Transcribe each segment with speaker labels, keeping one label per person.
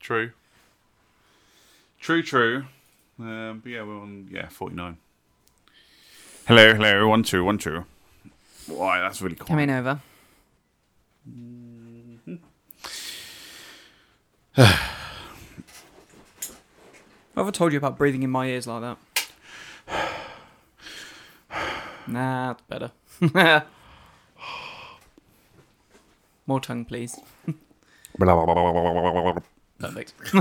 Speaker 1: True. True, true. Um, but yeah, we're on yeah forty nine. Hello, hello, one two, one two. Why that's really cool.
Speaker 2: Coming over. I've told you about breathing in my ears like that. Nah, that's better. More tongue, please. Perfect.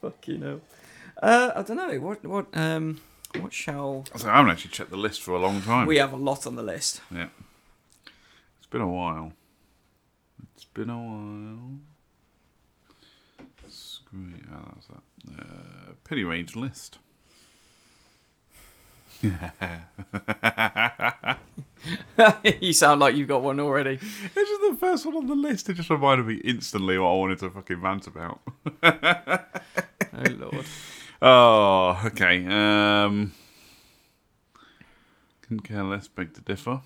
Speaker 2: Fucking hell. Uh, I don't know. What what um what shall
Speaker 1: So I haven't actually checked the list for a long time.
Speaker 2: we have a lot on the list.
Speaker 1: Yeah. It's been a while. It's been a while. Screw it. Oh, that's that. Uh, pity range list.
Speaker 2: you sound like you've got one already.
Speaker 1: It's just the first one on the list. It just reminded me instantly what I wanted to fucking rant about.
Speaker 2: Oh lord.
Speaker 1: Oh, okay. Um, couldn't care less. Beg to differ.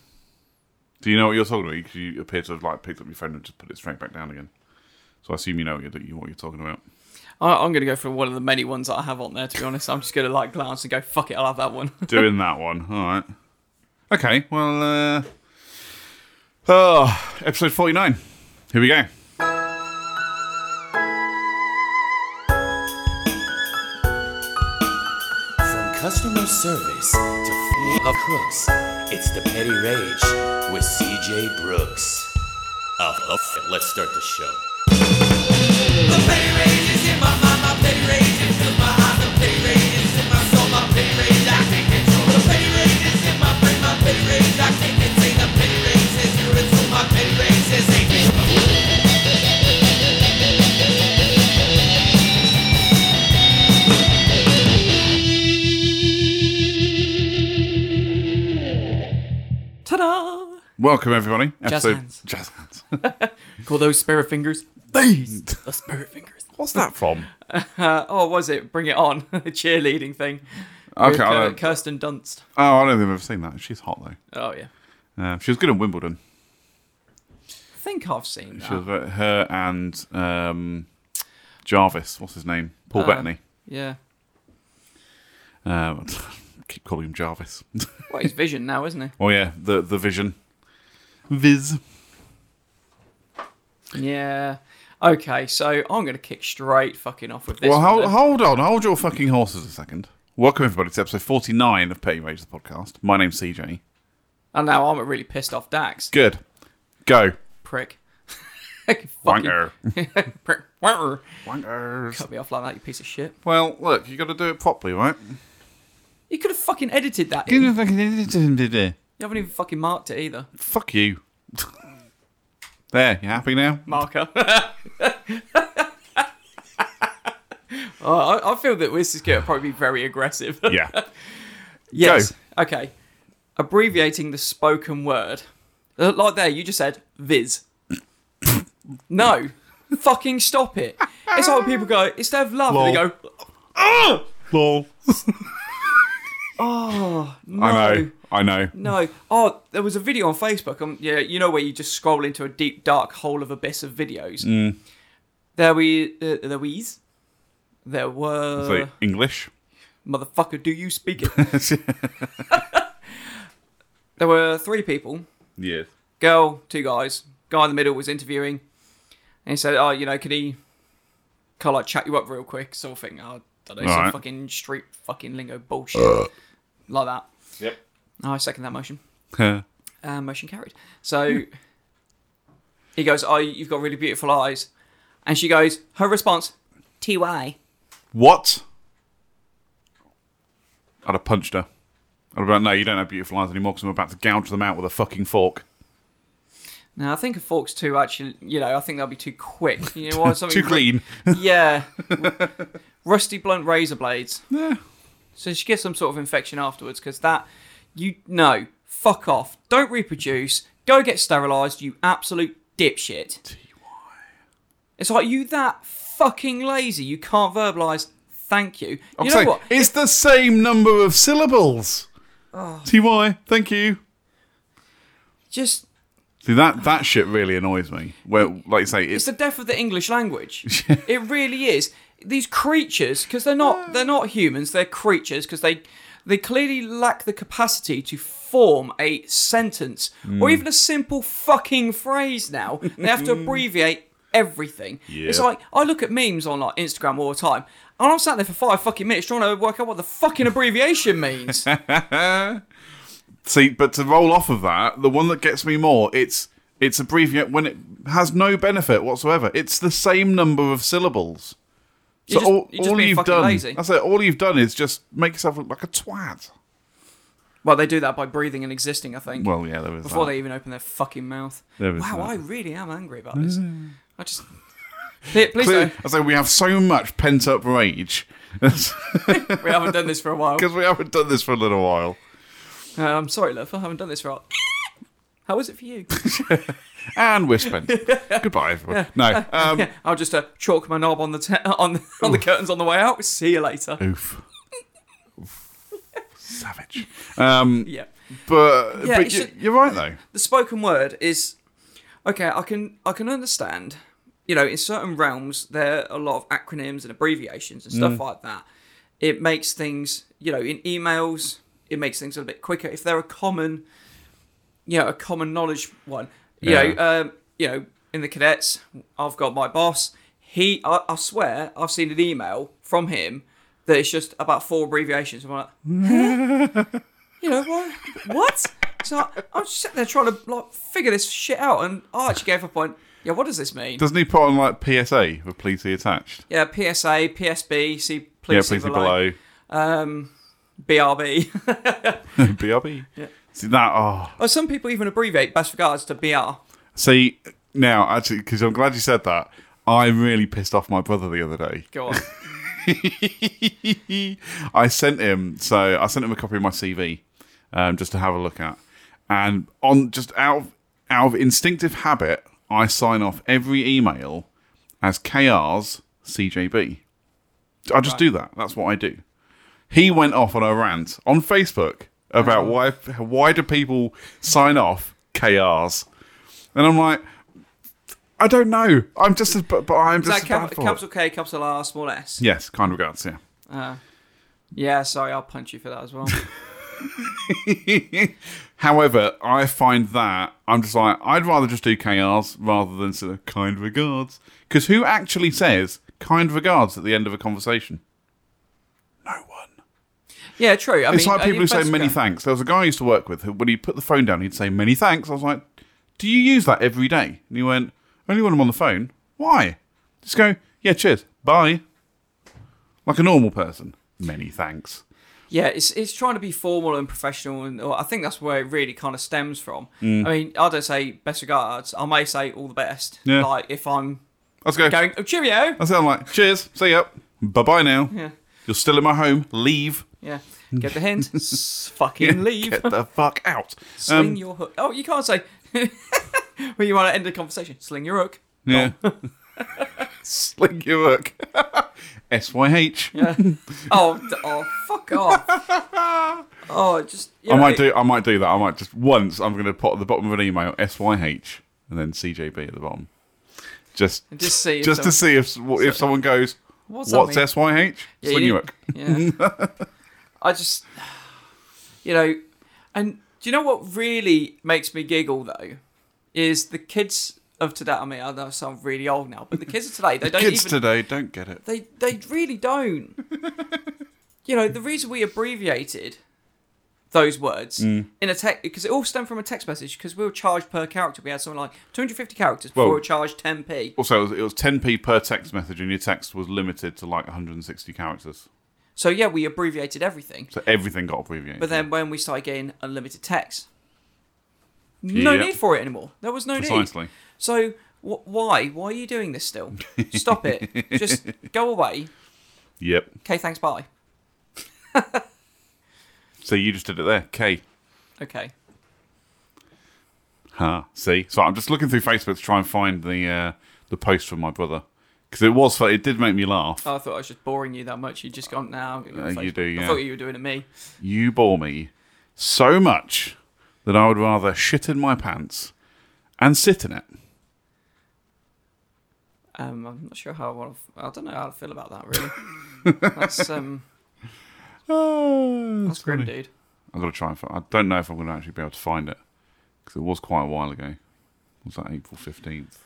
Speaker 1: Do you know what you're talking about? Because you appear to have like picked up your phone and just put it straight back down again. So I assume you know what you're, what you're talking about.
Speaker 2: I, I'm gonna go for one of the many ones that I have on there. To be honest, I'm just gonna like glance and go, "Fuck it, I'll have that one."
Speaker 1: doing that one. All right. Okay. Well, uh, oh, episode forty-nine. Here we go.
Speaker 3: From customer service to full of crooks, it's the Petty Rage with CJ Brooks. Oh, oh, let's start the show.
Speaker 2: Ta-da!
Speaker 1: Welcome everybody.
Speaker 2: Jazz hands.
Speaker 1: Jazz hands.
Speaker 2: Call those spirit fingers. These the spirit fingers.
Speaker 1: What's that from?
Speaker 2: Uh, oh, was it? Bring it on! the cheerleading thing.
Speaker 1: Okay.
Speaker 2: With,
Speaker 1: I
Speaker 2: uh,
Speaker 1: don't, oh,
Speaker 2: Kirsten Dunst.
Speaker 1: I don't think I've ever seen that. She's hot though.
Speaker 2: Oh yeah.
Speaker 1: Uh, she was good in Wimbledon.
Speaker 2: I think I've seen that.
Speaker 1: She was very- uh, her and um, Jarvis. What's his name? Paul
Speaker 2: Uh,
Speaker 1: Bettany.
Speaker 2: Yeah.
Speaker 1: Um, keep calling him Jarvis.
Speaker 2: Well, he's Vision now, isn't
Speaker 1: oh yeah, the the Vision. Viz.
Speaker 2: he? Yeah. Okay, so I'm gonna kick straight fucking off with this.
Speaker 1: Well,
Speaker 2: one
Speaker 1: hold,
Speaker 2: then.
Speaker 1: hold on, hold your fucking horses a second. Welcome everybody to episode forty-nine of Petty Rage the podcast. My name's CJ.
Speaker 2: And now I'm a really pissed off Dax.
Speaker 1: Good, go
Speaker 2: Prick.
Speaker 1: wanker,
Speaker 2: Fucking- Prick. Wanker.
Speaker 1: wankers.
Speaker 2: Cut me off like that, you piece of shit.
Speaker 1: Well, look, you got to do it properly, right?
Speaker 2: You could have fucking edited that. in. You
Speaker 1: Fuck
Speaker 2: haven't even fucking marked it either.
Speaker 1: you. There, you happy now?
Speaker 2: Marker. Oh, I, I feel that this is going to probably be very aggressive.
Speaker 1: Yeah.
Speaker 2: yes. Okay. Abbreviating the spoken word. Uh, Like there, you just said viz. no. Fucking stop it. It's like when people go, it's their love. And they
Speaker 1: Lol.
Speaker 2: go,
Speaker 1: Lol.
Speaker 2: no.
Speaker 1: I know. I know.
Speaker 2: No. Oh, there was a video on Facebook. Um, yeah, you know where you just scroll into a deep, dark hole of abyss of videos. There we, uh, there we's, there were.
Speaker 1: So English.
Speaker 2: Motherfucker, do you speak it? there were three people.
Speaker 1: yes.
Speaker 2: Girl, two guys. Guy in the middle was interviewing, and he said, "Oh, you know, could he, kind of like chat you up real quick, sort of thing." I don't know, some
Speaker 1: Alright.
Speaker 2: fucking street fucking lingo bullshit like that.
Speaker 1: Yep.
Speaker 2: I second that motion.
Speaker 1: Uh,
Speaker 2: Uh, motion carried. So he goes, "Oh, you've got really beautiful eyes," and she goes, her response, "Ty."
Speaker 1: what? I'd have punched her. I'd have been like, no, you don't have beautiful eyes anymore because I'm about to gouge them out with a fucking fork.
Speaker 2: Now I think a fork's too actually. You know, I think that'll be too quick. You know what? Something
Speaker 1: Too clean.
Speaker 2: Yeah. Rusty blunt razor blades.
Speaker 1: Yeah.
Speaker 2: So she gets some sort of infection afterwards because that, you know, fuck off. Don't reproduce. Go get sterilised, you absolute dipshit. It's like, you that fucking lazy. You can't verbalise thank you. You
Speaker 1: I'm
Speaker 2: know
Speaker 1: saying,
Speaker 2: what?
Speaker 1: It's the same number of
Speaker 2: Oh.
Speaker 1: syllables. Ty, thank you.
Speaker 2: Just
Speaker 1: See that that shit really annoys me. Where, like you say,
Speaker 2: It's
Speaker 1: it's
Speaker 2: the death of the English language. it really is. These creatures, because they're not they're not humans. They're creatures because they they clearly lack the capacity to form a sentence or even a simple fucking phrase. Now they have to abbreviate everything. It's
Speaker 1: Yeah.
Speaker 2: like I look at memes on like Instagram all the time, and I'm sat there for five fucking minutes trying to work out what the fucking abbreviation means.
Speaker 1: see. But to roll off of that, the one that gets me more, it's it's abbreviate when it has no benefit whatsoever. It's the same number of syllables. So
Speaker 2: You're just-
Speaker 1: all,
Speaker 2: you're just
Speaker 1: all
Speaker 2: being
Speaker 1: you've
Speaker 2: fucking
Speaker 1: done,
Speaker 2: lazy.
Speaker 1: that's it. All you've done is just make yourself look like a twat.
Speaker 2: well, they do that by breathing and existing. I think.
Speaker 1: Well, yeah, there is
Speaker 2: before
Speaker 1: that.
Speaker 2: they even open their fucking mouth.
Speaker 1: There is
Speaker 2: wow,
Speaker 1: that.
Speaker 2: I really am angry about this. I just please, please
Speaker 1: Clear-
Speaker 2: don't.
Speaker 1: I say we have so much pent up rage
Speaker 2: We haven't done this for a while.
Speaker 1: because we haven't done this for a little while.
Speaker 2: Uh, I'm sorry, love. I haven't done this for a while. How is it for you?
Speaker 1: And we're spent. Goodbye, everyone. No. Um,
Speaker 2: yeah, I'll just uh, chalk my knob on the te- on on the curtains on the way out. See you later.
Speaker 1: Oof. Savage. Um,
Speaker 2: Yeah,
Speaker 1: but
Speaker 2: Yeah,
Speaker 1: but
Speaker 2: it's
Speaker 1: you,
Speaker 2: ju-
Speaker 1: you're right though.
Speaker 2: the spoken word is okay. I can I can understand. You know, in certain realms, there are a lot of acronyms and abbreviations and stuff like that. It makes things, you know, in emails, it makes things a little bit quicker if they're a common you know, a common knowledge one. You
Speaker 1: Yeah.
Speaker 2: know, um, you know, in the cadets, I've got my boss. He, I, I swear, I've seen an email from him that it's just about four abbreviations. I'm like, huh? you know what? What? So I, I'm just sitting there trying to like figure this shit out, and I actually gave up on. Yeah, what does this mean?
Speaker 1: Doesn't he put on like PSA with please see attached?
Speaker 2: Yeah, PSA, PSB, see, please,
Speaker 1: yeah, please
Speaker 2: see
Speaker 1: see
Speaker 2: below,
Speaker 1: below.
Speaker 2: BRB.
Speaker 1: BRB. Yeah. See that? Oh,
Speaker 2: Or some people even abbreviate best regards to BR.
Speaker 1: see now actually because I'm glad you said that. I really pissed off my brother the other day.
Speaker 2: Go on.
Speaker 1: I sent him so I sent him a copy of my CV um, just to have a look at, and on just out of, out of instinctive habit, I sign off every email as KR's CJB. I just do that. That's what I do. He went off on a rant on Facebook about why why do people sign off KR's, and I'm like. I don't know. I'm just as, but, but I'm
Speaker 2: Is
Speaker 1: just
Speaker 2: that
Speaker 1: as
Speaker 2: cap-
Speaker 1: bad for it.
Speaker 2: capital K, capital R, small s?
Speaker 1: Yes, kind regards. Yeah.
Speaker 2: Yeah, sorry, I'll punch you for that as well.
Speaker 1: However, I find that I'm just like I'd rather just do KRs rather than sort of kind regards because who actually says kind regards at the end of a conversation? No one.
Speaker 2: yeah, true. I
Speaker 1: It's
Speaker 2: mean,
Speaker 1: like people
Speaker 2: uh,
Speaker 1: who say
Speaker 2: best
Speaker 1: many
Speaker 2: go-
Speaker 1: thanks. There was a guy I used to work with who, when he put the phone down, he'd say many thanks. I was like, "Do you use that every day?" And he went, "Only when I'm on the phone." Why? Just go, "Yeah, cheers, bye," like a normal person. Many thanks.
Speaker 2: Yeah, it's it's trying to be formal and professional, and or I think that's where it really kind of stems from.
Speaker 1: Mm.
Speaker 2: I mean, I don't say best regards. I may say all the best.
Speaker 1: Yeah. Uh,
Speaker 2: Like if I'm
Speaker 1: Let's go.
Speaker 2: going, oh, cheerio.
Speaker 1: I sound like, cheers, see ya, bye bye now.
Speaker 2: Yeah.
Speaker 1: You're still in my home, leave.
Speaker 2: Yeah, get the hint. S- fucking leave.
Speaker 1: Get um, the fuck out.
Speaker 2: Sling your hook. Oh, you can't say. when you want to end the conversation, sling your hook.
Speaker 1: Yeah. Sling your work. S-Y-H. I
Speaker 2: Yeah. oh, d- oh, fuck off. Oh, it just. You know,
Speaker 1: might do
Speaker 2: it-
Speaker 1: I might do that. I might just once I'm gonna put at the bottom of an email S-Y-H and then CJB at the bottom. Just
Speaker 2: Just see if
Speaker 1: just to see if what- if someone goes,
Speaker 2: What's
Speaker 1: What's,
Speaker 2: that mean?"
Speaker 1: S-Y-H?
Speaker 2: Yeah,
Speaker 1: Sling
Speaker 2: you
Speaker 1: your
Speaker 2: did-
Speaker 1: work.
Speaker 2: Yeah. I just, you know, and do you know what really makes me giggle though? Is the kids of today. I mean, I know I sound really old now, but the kids of today, they don't
Speaker 1: Kids
Speaker 2: even.
Speaker 1: today don't get it.
Speaker 2: They they really don't. you know, the reason we abbreviated those words in a text because it all stemmed from a text message because we were charged per character. We had something like 250 characters before we
Speaker 1: Well-
Speaker 2: were charged 10p.
Speaker 1: Also, it was, it was 10p per text message, and your text was limited to like 160 characters.
Speaker 2: So yeah, we abbreviated everything.
Speaker 1: So everything got abbreviated.
Speaker 2: But then when we started getting unlimited text, no
Speaker 1: Yeah.
Speaker 2: need for it anymore. There was no
Speaker 1: precisely.
Speaker 2: need. So wh- why? Why are you doing this still? Stop it. Just go away.
Speaker 1: Yep.
Speaker 2: Okay, thanks. Bye.
Speaker 1: So you just did it there. K.
Speaker 2: Okay.
Speaker 1: Ha. See. So I'm just looking through Facebook to try and find the uh, the post from my brother because it was fu- it did make me laugh.
Speaker 2: Oh, I thought I was just boring you that much. You just gone now.
Speaker 1: Uh, you do,
Speaker 2: I
Speaker 1: yeah.
Speaker 2: thought you were doing it me.
Speaker 1: You bore me so much that I would rather shit in my pants and sit in it.
Speaker 2: Um, I'm not sure how I want. To, I don't know how to feel about that really. That's um,
Speaker 1: Oh,
Speaker 2: that's grim, dude.
Speaker 1: I've got to try and find. I don't know if I'm going to actually be able to find it because it was quite a while ago. Was that April fifteenth?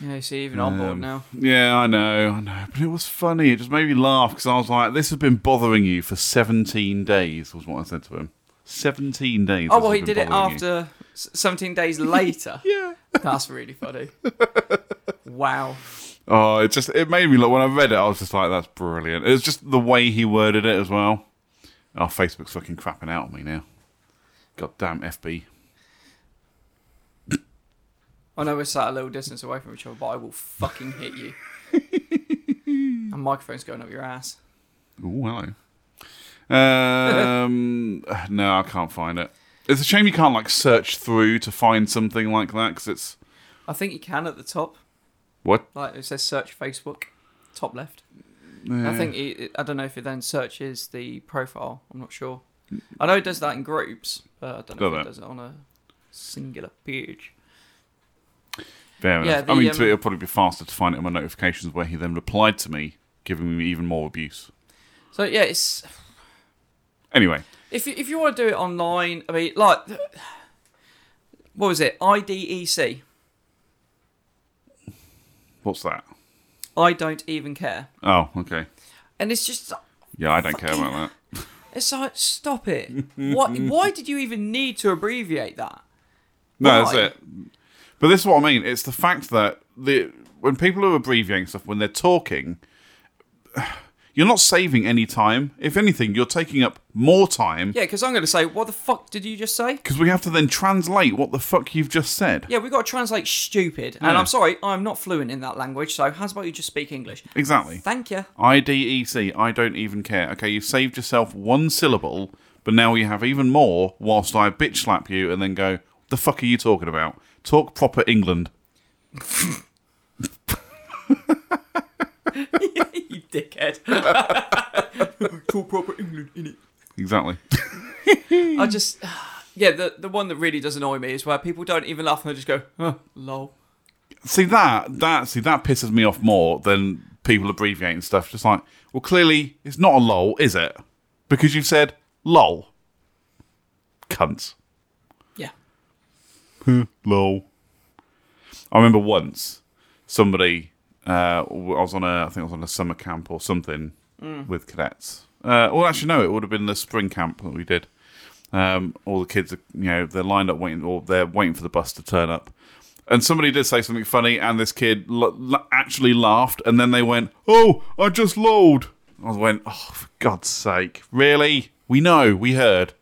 Speaker 2: Yeah, you see, even on board
Speaker 1: Um,
Speaker 2: now.
Speaker 1: Yeah, I know, I know, but it was funny. It just made me laugh because I was like, "This has been bothering you for 17 days," was what I said to him. 17 days.
Speaker 2: Oh
Speaker 1: this
Speaker 2: well,
Speaker 1: has
Speaker 2: he
Speaker 1: been
Speaker 2: did it
Speaker 1: bothering you.
Speaker 2: after s 17 days later.
Speaker 1: Yeah.
Speaker 2: That's really funny. wow.
Speaker 1: Oh, it just it made me look when I read it. I was just like, "That's brilliant." It was just the way he worded it as well. Oh, Facebook's fucking crapping out on me now. Goddamn FB.
Speaker 2: I know we're sat a little distance away from each other, but I will fucking hit you. A microphone's going up your ass.
Speaker 1: Ooh, hello. Um, no, I can't find it. It's a shame you can't like search through to find something like that because it's
Speaker 2: I think you can at the top.
Speaker 1: what
Speaker 2: Like it says search Facebook, top left. I think it, I don't know if it then searches the profile. I'm not sure. I know it does that in groups, but I don't know
Speaker 1: Does
Speaker 2: if
Speaker 1: it?
Speaker 2: it does it on a singular page.
Speaker 1: Fair
Speaker 2: Yeah,
Speaker 1: enough.
Speaker 2: the,
Speaker 1: I mean,
Speaker 2: um,
Speaker 1: to, it'll probably be faster to find it on my notifications where he then replied to me, giving me even more abuse.
Speaker 2: So yeah, it's
Speaker 1: Anyway,
Speaker 2: if you, if you want to do it online, I mean, like, what was it? E IDEC.
Speaker 1: what's that?
Speaker 2: I don't even care.
Speaker 1: Oh, okay.
Speaker 2: And it's just,
Speaker 1: Yeah, I don't care
Speaker 2: Fucking-
Speaker 1: about
Speaker 2: it's like, stop it. Why, why did you even need to abbreviate that?
Speaker 1: that. No,
Speaker 2: Why?
Speaker 1: that's it. But this is what I mean. It's the fact that the when people are abbreviating stuff when they're talking, you're not saving any time. If anything, you're taking up more time
Speaker 2: Yeah, because I'm going to say, what the fuck did you just say?
Speaker 1: because we have to then translate what the fuck you've just said.
Speaker 2: Yeah, we've got to translate stupid. And
Speaker 1: Yeah.
Speaker 2: I'm sorry, I'm not fluent in that language, so how's about you just speak English?
Speaker 1: Exactly.
Speaker 2: Thank you.
Speaker 1: IDEC, I don't even care. Okay, you've saved yourself one syllable, but now you have even more whilst I bitch slap you and then go, the fuck are you talking about? Talk proper England.
Speaker 2: you dickhead. Talk proper England, innit?
Speaker 1: Exactly.
Speaker 2: I just, yeah, the, the one that really does annoy me is where people don't even laugh and they just go, oh, lol.
Speaker 1: see that that see that pisses me off more than people abbreviating stuff. Just like, well clearly it's not a lol, is it? Because you've said lol. Cunts.
Speaker 2: Yeah.
Speaker 1: Lol. I remember once somebody uh, w- I was on a I think I was on a summer camp or something with cadets. Uh, well, actually, no, it would have been the spring camp that we did. Um, all the kids, are, you know, they're lined up waiting, or they're waiting for the bus to turn up. And somebody did say something funny, and this kid l- l- actually laughed, and then they went, "Oh, I just lolled." I went, "Oh, for God's sake, really? We know, we heard,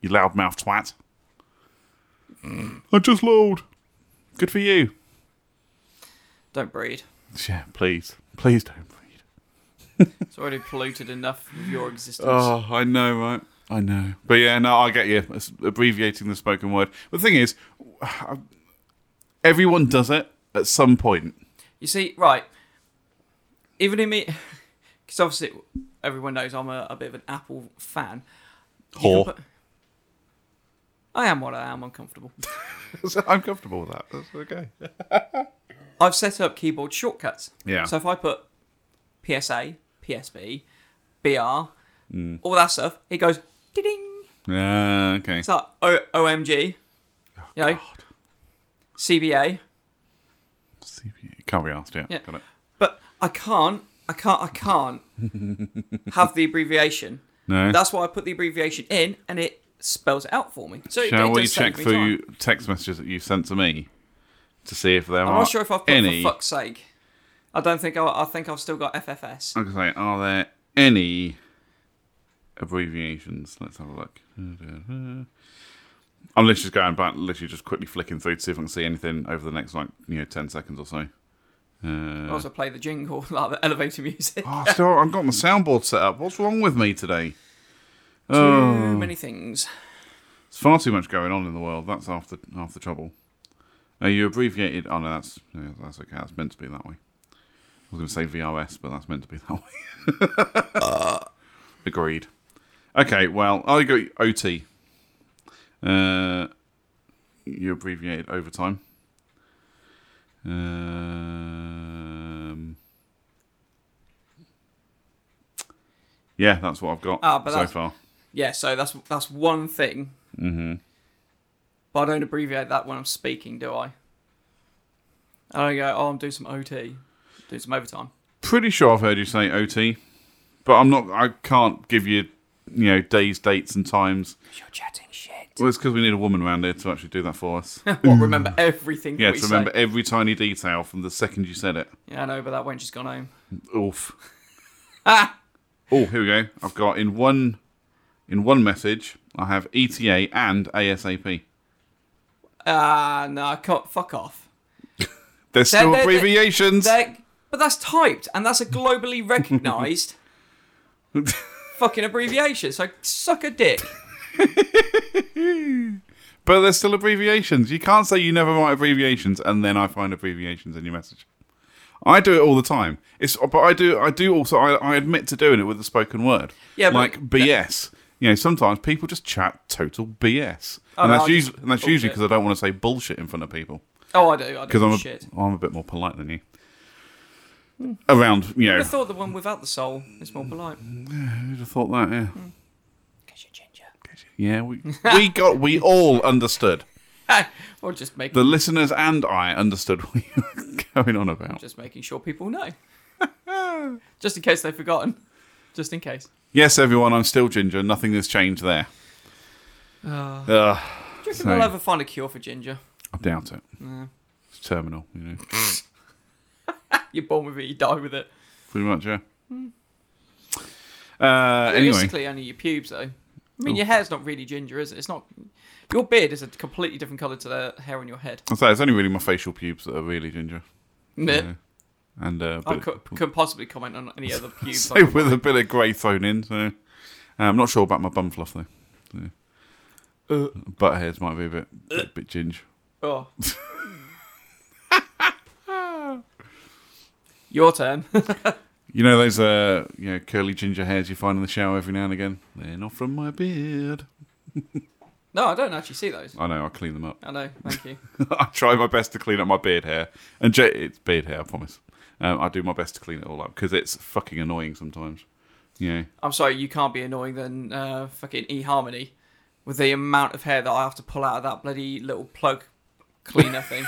Speaker 1: you loudmouth twat." I just lolled. Good for you.
Speaker 2: Don't breed.
Speaker 1: Yeah, please, please don't breed.
Speaker 2: It's already polluted enough of your existence.
Speaker 1: Oh, I know, right? I know. But yeah, no, I get you. It's abbreviating the spoken word. But the thing is, everyone does it at some point.
Speaker 2: You see, right? Even in me, because obviously everyone knows I'm a, a bit of an Apple fan. You
Speaker 1: Whore.
Speaker 2: can put- I am what I am. uncomfortable.
Speaker 1: So I'm comfortable with that. That's okay.
Speaker 2: I've set up keyboard shortcuts.
Speaker 1: Yeah.
Speaker 2: So if I put PSA, PSB, BR,
Speaker 1: Mm.
Speaker 2: all that stuff, it goes ding.
Speaker 1: Yeah, okay.
Speaker 2: It's like o- OMG.
Speaker 1: Oh,
Speaker 2: you know, CBA.
Speaker 1: Can't be asked, yeah.
Speaker 2: Yeah.
Speaker 1: Got it.
Speaker 2: But I can't. I can't. I can't have the abbreviation.
Speaker 1: No.
Speaker 2: That's why I put the abbreviation in, and it spells it out for me. So it-
Speaker 1: Shall
Speaker 2: it
Speaker 1: we
Speaker 2: does
Speaker 1: check
Speaker 2: save me time.
Speaker 1: through text messages that you sent to me to see if there
Speaker 2: I'm
Speaker 1: are
Speaker 2: not sure if I've put
Speaker 1: any?
Speaker 2: for fuck's sake. I don't think I, I think I've still got FFS.
Speaker 1: I'm gonna say, are there any abbreviations? Let's have a look. I'm literally just going back, literally just quickly flicking through to see if I can see anything over the next like you know ten seconds or so. Uh,
Speaker 2: I also play the jingle, like the elevator music.
Speaker 1: Oh, still, I've got my soundboard set up. What's wrong with me today? Oh.
Speaker 2: Too many things.
Speaker 1: It's far too much going on in the world. That's half the half the trouble. Are you abbreviated? Oh no, that's yeah, that's okay. That's meant to be that way. I was going to say VRS, but that's meant to be that way. Agreed. Okay, well, I got OT. Uh, you abbreviated overtime. Um, yeah, that's what I've got
Speaker 2: Ah, but
Speaker 1: so
Speaker 2: that's-
Speaker 1: far.
Speaker 2: Yeah, so that's that's one thing. Mm-hmm. But I don't abbreviate that when I'm speaking, do I? I don't go, oh, I'm doing some OT, doing some overtime.
Speaker 1: Pretty sure I've heard you say OT, but I'm not. I can't give you, you know, days, dates, and times.
Speaker 2: You're chatting shit.
Speaker 1: Well, it's because we need a woman around here to actually do that for us.
Speaker 2: What, remember everything
Speaker 1: Yeah,
Speaker 2: we
Speaker 1: to
Speaker 2: say.
Speaker 1: remember every tiny detail from the second you said it.
Speaker 2: Yeah, I know, but that wench has gone home.
Speaker 1: Oof. oh, here we go. I've got in one in one message. I have ETA and ASAP.
Speaker 2: Ah, no, I can't. Fuck off.
Speaker 1: There's still
Speaker 2: they're- they're-
Speaker 1: abbreviations.
Speaker 2: They're, but that's typed, and that's a globally recognised fucking abbreviation. So suck a dick.
Speaker 1: but there's still abbreviations. You can't say you never write abbreviations and then I find abbreviations in your message. I do it all the time. It's but I do I do also I, I admit to doing it with the spoken word.
Speaker 2: Yeah, but-
Speaker 1: like BS. You know, sometimes people just chat total BS,
Speaker 2: Oh,
Speaker 1: and
Speaker 2: no,
Speaker 1: that's
Speaker 2: I just-
Speaker 1: usually and that's
Speaker 2: bullshit.
Speaker 1: usually because I don't want to say bullshit in front of people.
Speaker 2: Oh, I do. I do.
Speaker 1: because I'm a,
Speaker 2: shit.
Speaker 1: I'm a bit more polite than you. Around, you know,
Speaker 2: I thought the one without the soul is more polite.
Speaker 1: who'd have thought that? Yeah,
Speaker 2: Mm. Because you're ginger.
Speaker 1: yeah, we, we got, we all understood.
Speaker 2: or just making
Speaker 1: The listeners and I understood what you were going on about.
Speaker 2: just making sure people know, just in case they've forgotten. Just in case.
Speaker 1: Yes, everyone, I'm still ginger. Nothing has changed there. Ugh,
Speaker 2: Do you reckon
Speaker 1: So-
Speaker 2: they'll ever find a cure for ginger?
Speaker 1: I doubt it. It's terminal, you know,
Speaker 2: You're born with it, you die with it.
Speaker 1: pretty much. Yeah. Uh, anyway,
Speaker 2: Realistically, only your pubes though. I mean, your hair's not really ginger, is it? It's not. Your beard is a completely different colour to the hair on your head.
Speaker 1: I'll say it's only really my facial pubes that are really ginger,
Speaker 2: Meh.
Speaker 1: and uh,
Speaker 2: I
Speaker 1: but-
Speaker 2: cou- couldn't possibly comment on any other pubes.
Speaker 1: so
Speaker 2: I've got.
Speaker 1: with a bit of grey thrown in. So uh, I'm not sure about my bum fluff though. So, butt hairs might be a bit bit, bit ginge.
Speaker 2: Oh. Your turn.
Speaker 1: You know those uh, you know curly ginger hairs you find in the shower every now and again. They're not from my beard.
Speaker 2: no, I don't actually see those.
Speaker 1: I know. I clean them up.
Speaker 2: I know. Thank you.
Speaker 1: I try my best to clean up my beard hair, and J- it's beard hair. I promise. Um, I do my best to clean it all up because it's fucking annoying sometimes. Yeah.
Speaker 2: I'm sorry, you can't be annoying than uh, fucking eHarmony with the amount of hair that I have to pull out of that bloody little plug cleaner thing.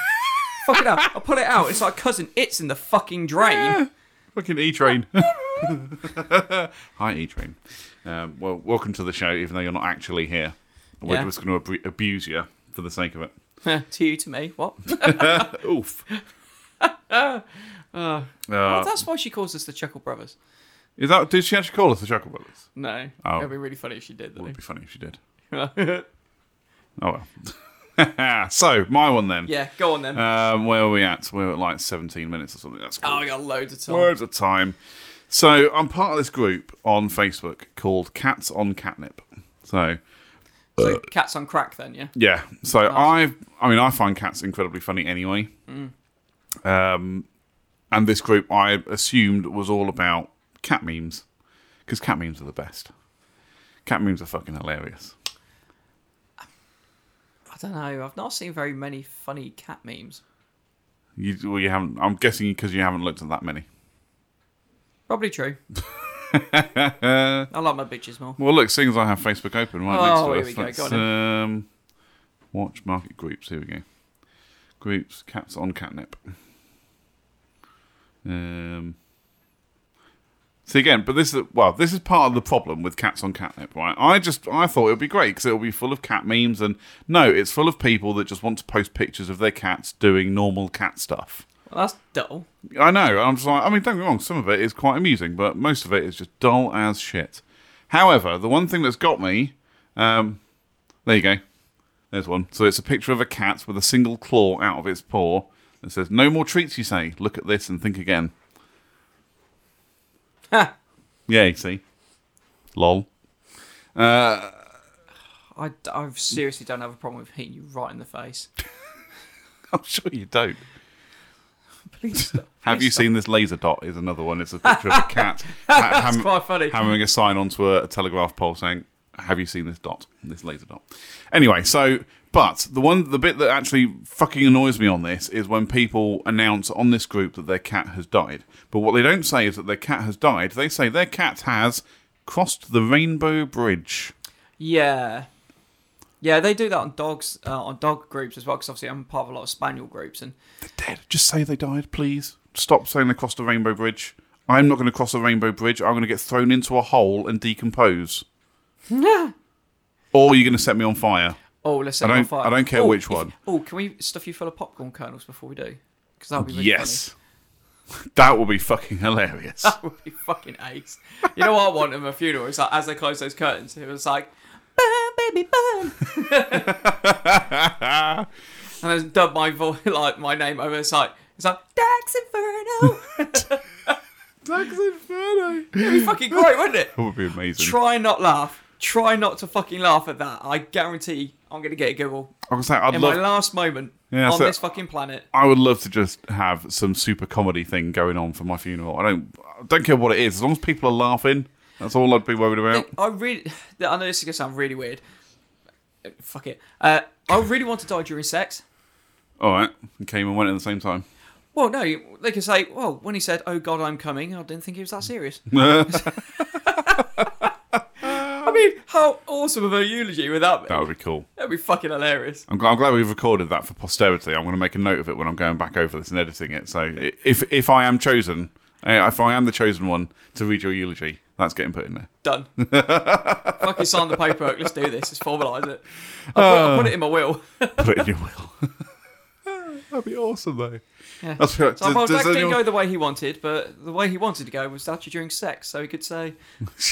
Speaker 2: Fuck it up. I pull it out. It's like cousin. It's in the fucking drain.
Speaker 1: Fucking E Train. Hi, E Train. Um, well, welcome to the show, even though you're not actually here. We're
Speaker 2: Yeah.
Speaker 1: just going to ab- abuse you for the sake of it.
Speaker 2: to you, to me. What?
Speaker 1: Oof.
Speaker 2: Oh,
Speaker 1: Uh,
Speaker 2: that's why she calls us the Chuckle Brothers.
Speaker 1: is that? Did she actually call us the Chuckle Brothers?
Speaker 2: No,
Speaker 1: Oh.
Speaker 2: it'd be really funny if she did
Speaker 1: It
Speaker 2: though.
Speaker 1: would be funny if she did.
Speaker 2: yeah,
Speaker 1: Oh well. so my one then.
Speaker 2: go on then.
Speaker 1: Um, where are we at? We're at like 17 minutes or something. That's cool.
Speaker 2: oh, I got loads of time.
Speaker 1: Words of time. So I'm part of this group on Facebook called Cats on Catnip. So
Speaker 2: So, cats on crack then, yeah.
Speaker 1: Yeah. So I, I mean, I find cats incredibly funny anyway. Um, and this group I assumed was all about cat memes because cat memes are the best. Cat memes are fucking hilarious.
Speaker 2: I don't know. I've not seen very many funny cat memes.
Speaker 1: You, well, you haven't. I'm guessing because you haven't looked at that many.
Speaker 2: Probably true. I like my bitches more.
Speaker 1: Well, look, seeing as I have Facebook open right
Speaker 2: Oh,
Speaker 1: next
Speaker 2: here
Speaker 1: to
Speaker 2: we
Speaker 1: us,
Speaker 2: go.
Speaker 1: let's
Speaker 2: Go
Speaker 1: um, watch market groups. Here we go. Groups, cats on catnip. Um. See again, but this is well, this is part of the problem with cats on catnip, right? I just I thought it would be great because it will be full of cat memes, and no, it's full of people that just want to post pictures of their cats doing normal cat stuff.
Speaker 2: Well, that's dull.
Speaker 1: I know. I'm just like, I mean, don't get me wrong. Some of it is quite amusing, but most of it is just dull as shit. However, the one thing that's got me, um, there you go. There's one. So it's a picture of a cat with a single claw out of its paw that says, "No more treats, you say. Look at this and think again."
Speaker 2: Ha!
Speaker 1: Yeah, you see. Lol.
Speaker 2: I, I seriously don't have a problem with hitting you right in the face.
Speaker 1: I'm sure you don't.
Speaker 2: Please stop.
Speaker 1: Have
Speaker 2: Please
Speaker 1: you
Speaker 2: stop.
Speaker 1: seen this laser dot? Is another one. It's a picture of a cat ha- ham-
Speaker 2: quite funny.
Speaker 1: hammering a sign onto a, a telegraph pole saying, have you seen this dot, this laser dot? Anyway, so but the one, the bit that actually fucking annoys me on this is when people announce on this group that their cat has died. But what they don't say is that their cat has died. They say their cat has crossed the rainbow bridge.
Speaker 2: Yeah. Yeah, they do that on dogs, uh, on dog groups as well, because obviously I'm part of a lot of spaniel groups. And
Speaker 1: dead. Just say they died, please. Stop saying they crossed the rainbow bridge. I'm not going to cross the rainbow bridge. I'm going to get thrown into a hole and decompose. or you're going to set me on fire.
Speaker 2: oh, let's
Speaker 1: I
Speaker 2: set it on
Speaker 1: don't-
Speaker 2: fire.
Speaker 1: I don't care
Speaker 2: Oh,
Speaker 1: which
Speaker 2: if-
Speaker 1: one.
Speaker 2: oh, can we stuff you full of popcorn kernels before we do? Because that would be really
Speaker 1: yes. That will be fucking hilarious.
Speaker 2: funny. That would be fucking ace. You know what I want at my funeral? It's like as they close those curtains, it was like, burn, baby, burn. and I just dubbed my voice, like my name over. It's like it's like Dax Inferno.
Speaker 1: that
Speaker 2: It'd be fucking great, wouldn't it?
Speaker 1: would be amazing.
Speaker 2: Try and not laugh. Try not to fucking laugh at that. I guarantee I'm gonna get a giggle
Speaker 1: I was like, I'd
Speaker 2: in
Speaker 1: love,
Speaker 2: my last moment
Speaker 1: Yeah,
Speaker 2: on
Speaker 1: so-
Speaker 2: this fucking planet.
Speaker 1: I would love to just have some super comedy thing going on for my funeral. I don't, I don't care what it is, as long as people are laughing. That's all I'd be worried about.
Speaker 2: I really, I know this is gonna sound really weird. Uh, Fuck it. Uh, I really want to die during sex.
Speaker 1: All right, came and went at the same time.
Speaker 2: Well, no, you- they can say, well, when he said, "Oh God, I'm coming," I didn't think he was that serious. I mean, how awesome of a eulogy would that be?
Speaker 1: That would be cool.
Speaker 2: That'd be fucking hilarious.
Speaker 1: I'm, gl- I'm glad we've recorded that for posterity. I'm going to make a note of it when I'm going back over this and editing it. So i- if if I am chosen, eh, if I am the chosen one to read your eulogy, that's getting put in there.
Speaker 2: Done. fucking sign the paperwork. Let's do this. Let's formalise it. I put, I put it in my will.
Speaker 1: Put it in your will. That'd be awesome, though.
Speaker 2: Yeah.
Speaker 1: That's right.
Speaker 2: So well,
Speaker 1: Does-
Speaker 2: that
Speaker 1: does
Speaker 2: didn't
Speaker 1: anyone-
Speaker 2: go the way he wanted, but the way he wanted to go was actually during sex, so he could say,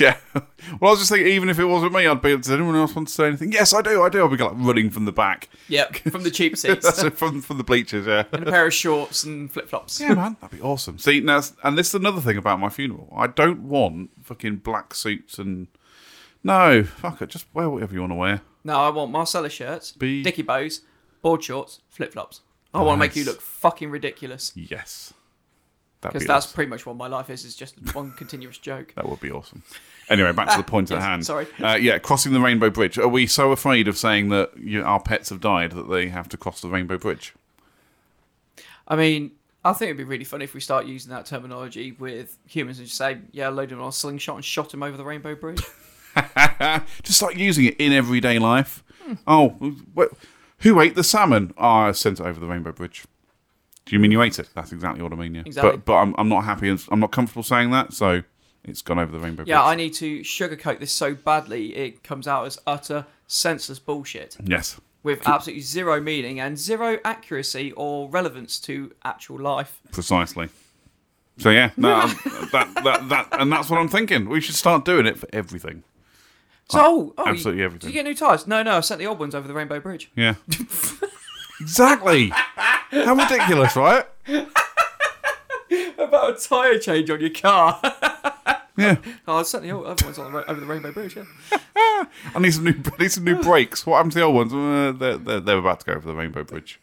Speaker 1: Yeah. Well, I was just thinking, even if it wasn't me, I'd be. Does anyone else want to say anything? Yes, I do. I do. I'll be like running from the back,
Speaker 2: "Yep, from the cheap seats,
Speaker 1: That's it, from from the bleachers. Yeah.
Speaker 2: and a pair of shorts and flip flops."
Speaker 1: Yeah, man, that'd be awesome. See, now, and this is another thing about my funeral. I don't want fucking black suits and no, fuck it. Just wear whatever you want to wear.
Speaker 2: No, I want Marcella shirts,
Speaker 1: Be-
Speaker 2: dicky bows, board shorts, flip flops. I want to make you
Speaker 1: Nice.
Speaker 2: look fucking ridiculous
Speaker 1: Yes, that'd
Speaker 2: because
Speaker 1: be
Speaker 2: that's
Speaker 1: awesome.
Speaker 2: pretty much what my life is. Is just one continuous joke.
Speaker 1: that would be awesome. Anyway, back to the point at
Speaker 2: Yes,
Speaker 1: hand.
Speaker 2: sorry.
Speaker 1: Uh, yeah, crossing the Rainbow Bridge. Are we so afraid of saying that you, our pets have died that they have to cross the Rainbow Bridge?
Speaker 2: I mean, I think it'd be really funny if we start using that terminology with humans and just say, "Yeah, load him on a slingshot and shot him over the rainbow bridge."
Speaker 1: Just like using it in everyday life.
Speaker 2: Hmm.
Speaker 1: Oh, wh- who ate the salmon? Oh, I sent it over the Rainbow Bridge. Do you mean you ate it? That's exactly what I mean. Yeah.
Speaker 2: Exactly.
Speaker 1: But but I'm, I'm not happy. and I'm not comfortable saying that. So it's gone over the Rainbow
Speaker 2: yeah,
Speaker 1: Bridge.
Speaker 2: I need to sugarcoat this so badly it comes out as utter senseless bullshit.
Speaker 1: yes.
Speaker 2: with absolutely zero meaning and zero accuracy or relevance to actual life.
Speaker 1: Precisely. So yeah, no, I'm- that, that that and that's what I'm thinking. We should start doing it for everything.
Speaker 2: So, oh, oh,
Speaker 1: absolutely
Speaker 2: you,
Speaker 1: everything.
Speaker 2: Did you get new tyres? No, no, I sent the old ones over the Rainbow Bridge.
Speaker 1: Yeah. exactly. How ridiculous, right?
Speaker 2: About a tyre change on your car.
Speaker 1: Yeah.
Speaker 2: oh, I sent the old other ones on the, ra- over the Rainbow Bridge. Yeah.
Speaker 1: I need some new I need some new brakes. What happened to the old ones? Uh, they're, they're, they're about to go over the Rainbow Bridge.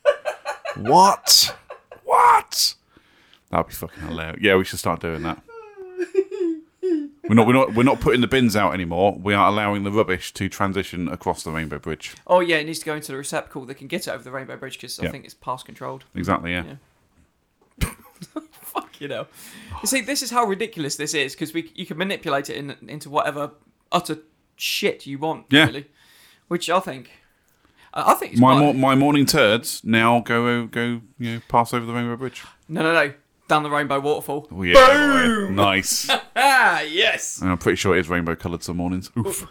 Speaker 1: what? What? That'd be fucking hilarious. Yeah, we should start doing that. We're not, we're not, we're not putting the bins out anymore. We are allowing the rubbish to transition across the Rainbow Bridge.
Speaker 2: Oh yeah, it needs to go into the receptacle that can get it over the Rainbow Bridge because I
Speaker 1: Yeah.
Speaker 2: think it's pass controlled.
Speaker 1: Exactly. Yeah.
Speaker 2: Yeah. Fuck you know. You see, this is how ridiculous this is because we you can manipulate it in, into whatever utter shit you want.
Speaker 1: Yeah.
Speaker 2: Really, which I think. I I think it's
Speaker 1: My
Speaker 2: quite-
Speaker 1: mor- my morning turds now go go you know pass over the Rainbow Bridge.
Speaker 2: No, no, no. Down the rainbow waterfall.
Speaker 1: Oh, yeah, by the way.
Speaker 2: Boom!
Speaker 1: Nice. And
Speaker 2: Ah, yes.
Speaker 1: I'm pretty sure it is rainbow coloured some mornings. Oof.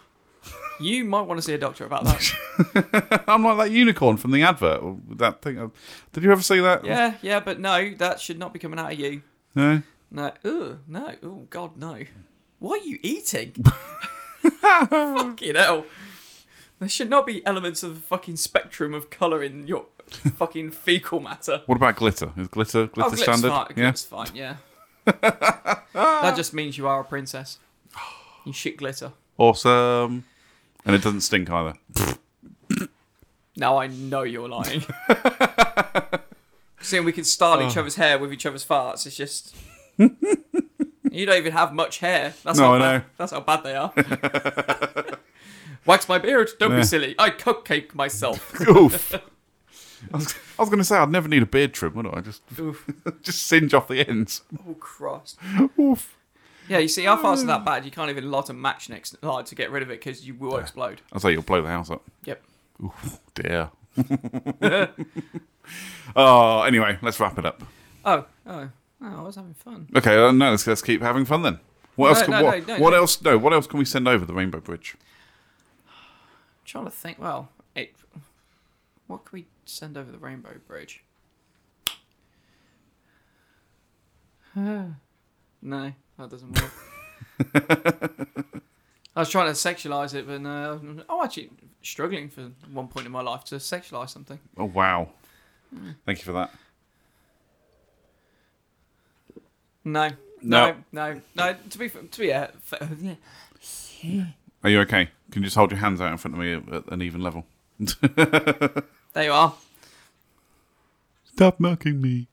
Speaker 2: You might want to see a doctor about that.
Speaker 1: I'm like that unicorn from the advert. That thing. uh, Did you ever see that?
Speaker 2: yeah, yeah, but no, that should not be coming out of you.
Speaker 1: No.
Speaker 2: No, ooh, no, oh God, no. What are you eating? fucking hell. There should not be elements of the fucking spectrum of colour in your fucking fecal matter.
Speaker 1: What about glitter? Is glitter glitter
Speaker 2: glit's
Speaker 1: standard?
Speaker 2: Fine,
Speaker 1: yeah.
Speaker 2: glit's fine, yeah. that just means you are a princess. You shit glitter.
Speaker 1: Awesome. And it doesn't stink either.
Speaker 2: Now I know you're lying. Seeing we can style each
Speaker 1: Oh.
Speaker 2: other's hair with each other's farts, it's just. you don't even have much hair. That's
Speaker 1: No,
Speaker 2: how
Speaker 1: I
Speaker 2: bad,
Speaker 1: know.
Speaker 2: That's how bad they are. Wax my beard. Don't
Speaker 1: Yeah.
Speaker 2: be silly. I cupcake myself.
Speaker 1: Oof. I was, I was going to say I'd never need a beard trim, would I? Just
Speaker 2: Oof.
Speaker 1: just singe off the ends.
Speaker 2: Oh, Christ.
Speaker 1: Oof.
Speaker 2: Yeah, you see, our fires are that bad. You can't even light a match next light to get rid of it because you will explode.
Speaker 1: I'll say you'll blow the house up.
Speaker 2: Yep.
Speaker 1: Oof, dear. oh, anyway, let's wrap it up.
Speaker 2: Oh, oh, oh! I was having fun.
Speaker 1: Okay, uh, no, let's, let's keep having fun then. What else?
Speaker 2: No,
Speaker 1: can,
Speaker 2: no,
Speaker 1: what
Speaker 2: no, no,
Speaker 1: what
Speaker 2: no.
Speaker 1: else? No, what else can we send over the Rainbow Bridge?
Speaker 2: trying to think. Well, it. What can we send over the Rainbow Bridge? no, that doesn't work. I was trying to sexualize it, but no. I'm actually struggling for one point in my life to sexualize something.
Speaker 1: Oh wow! Thank you for that.
Speaker 2: No, no, no, no. to be to be uh, f- yeah.
Speaker 1: Are you okay? Can you just hold your hands out in front of me at, at an even level?
Speaker 2: there you are.
Speaker 1: Stop knocking me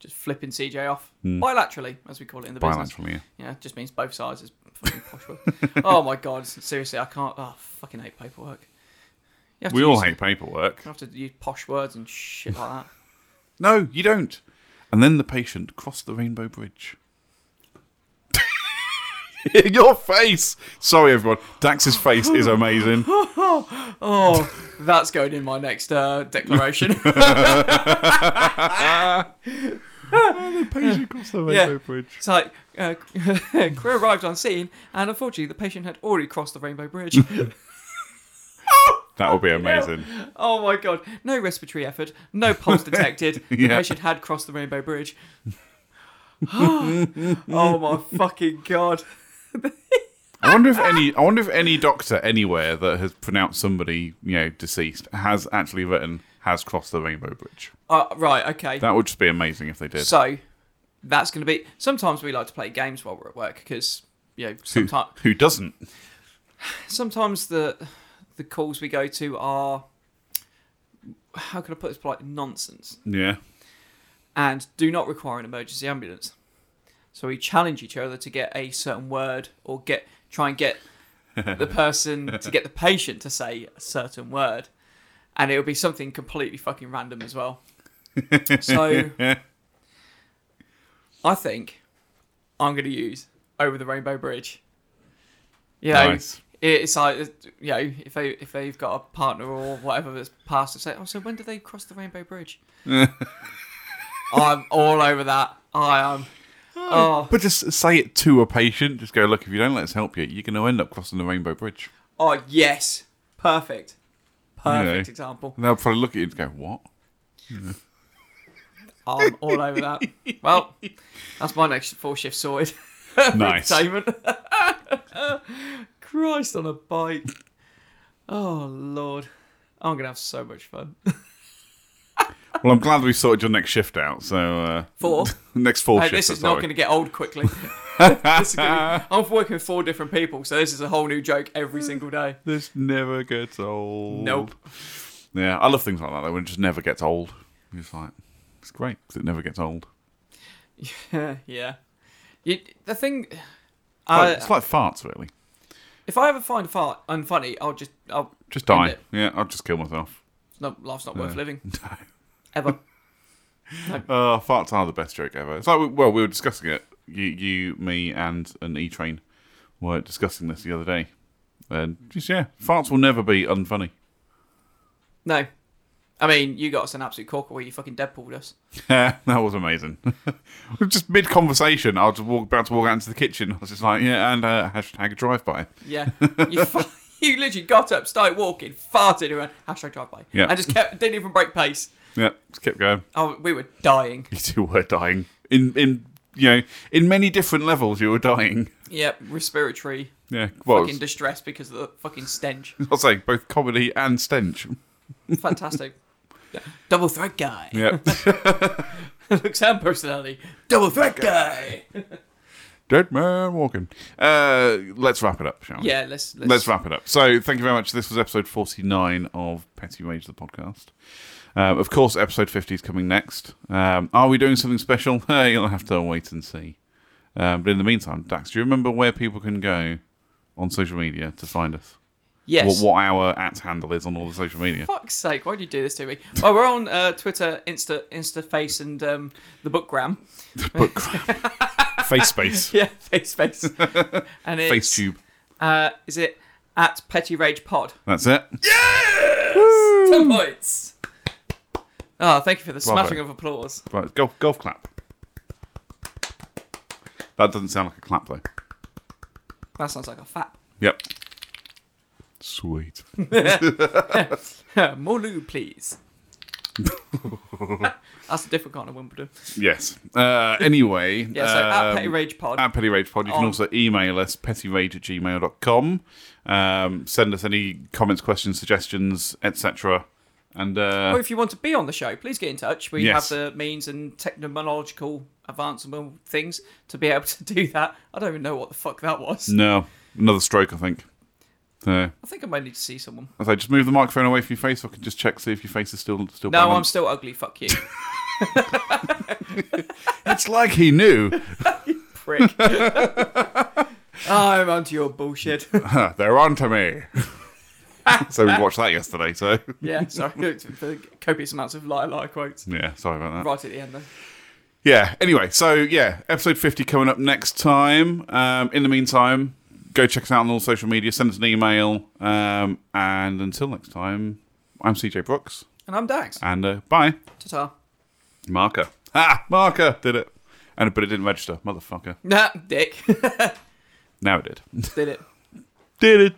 Speaker 2: Just flipping CJ off bilaterally, as we call it in the business.
Speaker 1: bilaterally. Hmm. yeah.
Speaker 2: Yeah, it just means both sides is fucking posh work. oh my god, seriously, I can't. Oh, I fucking hate paperwork. You have to
Speaker 1: We all
Speaker 2: use-
Speaker 1: hate paperwork.
Speaker 2: You have to use posh words and shit like that.
Speaker 1: No, you don't. And then the patient crossed the Rainbow Bridge. Your face. Sorry, everyone. Dax's face is amazing.
Speaker 2: Oh, that's going in my next uh, declaration.
Speaker 1: patient crossed the
Speaker 2: Rainbow
Speaker 1: Bridge.
Speaker 2: it's like uh, crew arrived on scene, and unfortunately, the patient had already crossed the Rainbow Bridge.
Speaker 1: That would be amazing.
Speaker 2: oh my god, no respiratory effort, no pulse detected. The
Speaker 1: Yeah.
Speaker 2: patient had crossed the Rainbow Bridge. oh my fucking god.
Speaker 1: I wonder if any. I wonder if any doctor anywhere that has pronounced somebody you know deceased has actually written has crossed the Rainbow Bridge.
Speaker 2: Uh, right, okay.
Speaker 1: That would just be amazing if they did.
Speaker 2: So that's going to be. Sometimes we like to play games while we're at work because you know
Speaker 1: who,
Speaker 2: sometimes
Speaker 1: who doesn't?
Speaker 2: sometimes the the calls we go to are how can I put this polite nonsense
Speaker 1: Yeah.
Speaker 2: and do not require an emergency ambulance. So we challenge each other to get a certain word or get try and get the person to get the patient to say a certain word, and it'll be something completely fucking random as well. So I think I'm going to use over the Rainbow Bridge. Yeah,
Speaker 1: Nice.
Speaker 2: it's like uh, you know if they if they've got a partner or whatever that's passed, it's like oh so when did they cross the Rainbow Bridge? I'm all over that. I am. Oh,
Speaker 1: But just say it to a patient. Just go look. If you don't let us help you, you're going to end up crossing the Rainbow Bridge.
Speaker 2: oh yes, perfect, perfect
Speaker 1: You know.
Speaker 2: example.
Speaker 1: And they'll probably look at you and go, "What?"
Speaker 2: I'm all over that. Well, that's my next four shift sorted.
Speaker 1: Nice.
Speaker 2: Entertainment. Christ on a bike. Oh lord, I'm gonna have so much fun.
Speaker 1: Well, I'm glad we sorted your next shift out. So uh,
Speaker 2: Four.
Speaker 1: next four
Speaker 2: Hey,
Speaker 1: shift.
Speaker 2: this is
Speaker 1: sorry.
Speaker 2: not going to get old quickly. this is gonna be, I'm working with four different people, so this is a whole new joke
Speaker 1: Mm.
Speaker 2: every single day.
Speaker 1: This never gets old.
Speaker 2: Nope.
Speaker 1: Yeah, I love things like that though, when it just never gets old. It's like it's great because it never gets old.
Speaker 2: yeah. You, the thing,
Speaker 1: Like-
Speaker 2: I-
Speaker 1: it's like farts, really.
Speaker 2: if I ever find a fart unfunny, I'll just, I'll
Speaker 1: Just die.
Speaker 2: end it.
Speaker 1: Yeah, I'll just kill myself.
Speaker 2: It's not, life's not worth living
Speaker 1: No.
Speaker 2: ever.
Speaker 1: Uh, farts are the best joke ever. It's like, we- well, we were discussing it. You, you me, and an E train were discussing this the other day. And just, yeah, farts will never be unfunny.
Speaker 2: No, I mean, you got us an absolute corker where you fucking Deadpooled us.
Speaker 1: that was amazing. just mid conversation, I was just walk, about to walk out into the kitchen. I was just like, yeah, and uh, hashtag drive by.
Speaker 2: Yeah, you, fu- you literally got up, started walking, farted around, hashtag drive by,
Speaker 1: Yeah.
Speaker 2: and just kept didn't even break pace.
Speaker 1: Yeah, just kept going.
Speaker 2: Oh, we were dying.
Speaker 1: You two were dying in in you know in many different levels. You were dying.
Speaker 2: Yep, respiratory
Speaker 1: Yeah, well,
Speaker 2: fucking distress because of the fucking stench.
Speaker 1: I'll say both comedy and stench.
Speaker 2: Fantastic. Double threat guy.
Speaker 1: Yeah,
Speaker 2: Luxem personality. Double threat guy.
Speaker 1: dead man walking. Uh, let's wrap it up, shall we?
Speaker 2: Yeah, let's let's,
Speaker 1: Let's wrap it up. So, thank you very much. This was episode 49 of Petty Rage, the podcast. Um, of course, episode 50 is coming next. Um, are we doing something special? You'll have to wait and see. Um, but in the meantime, Dax, do you remember where people can go on social media to find us.
Speaker 2: Yes.
Speaker 1: What, what our at handle is on all the social media.
Speaker 2: Fuck's sake, why'd you do this to me? Well, we're on uh, Twitter, Insta, Instaface, and um, the Bookgram.
Speaker 1: But crap. Face space.
Speaker 2: Yeah, Face Face. and it's,
Speaker 1: Face tube.
Speaker 2: Uh, is it at Petty Rage Pod?
Speaker 1: That's it.
Speaker 2: Ten points. Oh, thank you for the
Speaker 1: Bravo.
Speaker 2: smashing of applause.
Speaker 1: Right, golf, golf clap. That doesn't sound like a clap though.
Speaker 2: That sounds like a fat.
Speaker 1: Yep. Sweet.
Speaker 2: More lube, please. That's a different kind of Wimbledon.
Speaker 1: Yes. Uh, anyway.
Speaker 2: Yeah, so at
Speaker 1: um,
Speaker 2: Petty Rage Pod.
Speaker 1: at Petty Rage Pod. You can
Speaker 2: On-
Speaker 1: also email us, pettyrage at gmail.com. Um, send us any comments, questions, suggestions, etc. And
Speaker 2: or
Speaker 1: uh,
Speaker 2: if you want to be on the show, please get in touch. We
Speaker 1: Yes.
Speaker 2: have the means and technological advancement things to be able to do that. I don't even know what the fuck that was.
Speaker 1: no, another stroke, I think. So,
Speaker 2: I think I might need to see someone.
Speaker 1: as I just move the microphone away from your face, so I can just check see if your face is still still.
Speaker 2: No, I'm
Speaker 1: balanced.
Speaker 2: still ugly. Fuck you,
Speaker 1: It's like he knew.
Speaker 2: prick. I'm onto your bullshit.
Speaker 1: Huh, They're on to me. so we watched that yesterday. So
Speaker 2: yeah, sorry. The copious amounts of lie lie quotes
Speaker 1: yeah, sorry about that.
Speaker 2: right at the end. Then.
Speaker 1: Yeah. Anyway, so yeah, episode fifty coming up next time. Um, in the meantime, go check us out on all social media. Send us an email. Um, and until next time, I'm CJ Brooks.
Speaker 2: And I'm Dax.
Speaker 1: And uh, bye,
Speaker 2: Ta-ta.
Speaker 1: marker. Ah, marker did it. And but it didn't register, motherfucker.
Speaker 2: Nah, dick.
Speaker 1: Now it did.
Speaker 2: Did it.
Speaker 1: did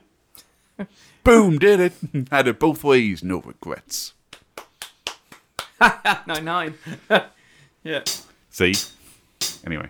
Speaker 1: it. Boom, did it. Had it both ways, no regrets.
Speaker 2: Nine nine. yeah.
Speaker 1: See. Anyway.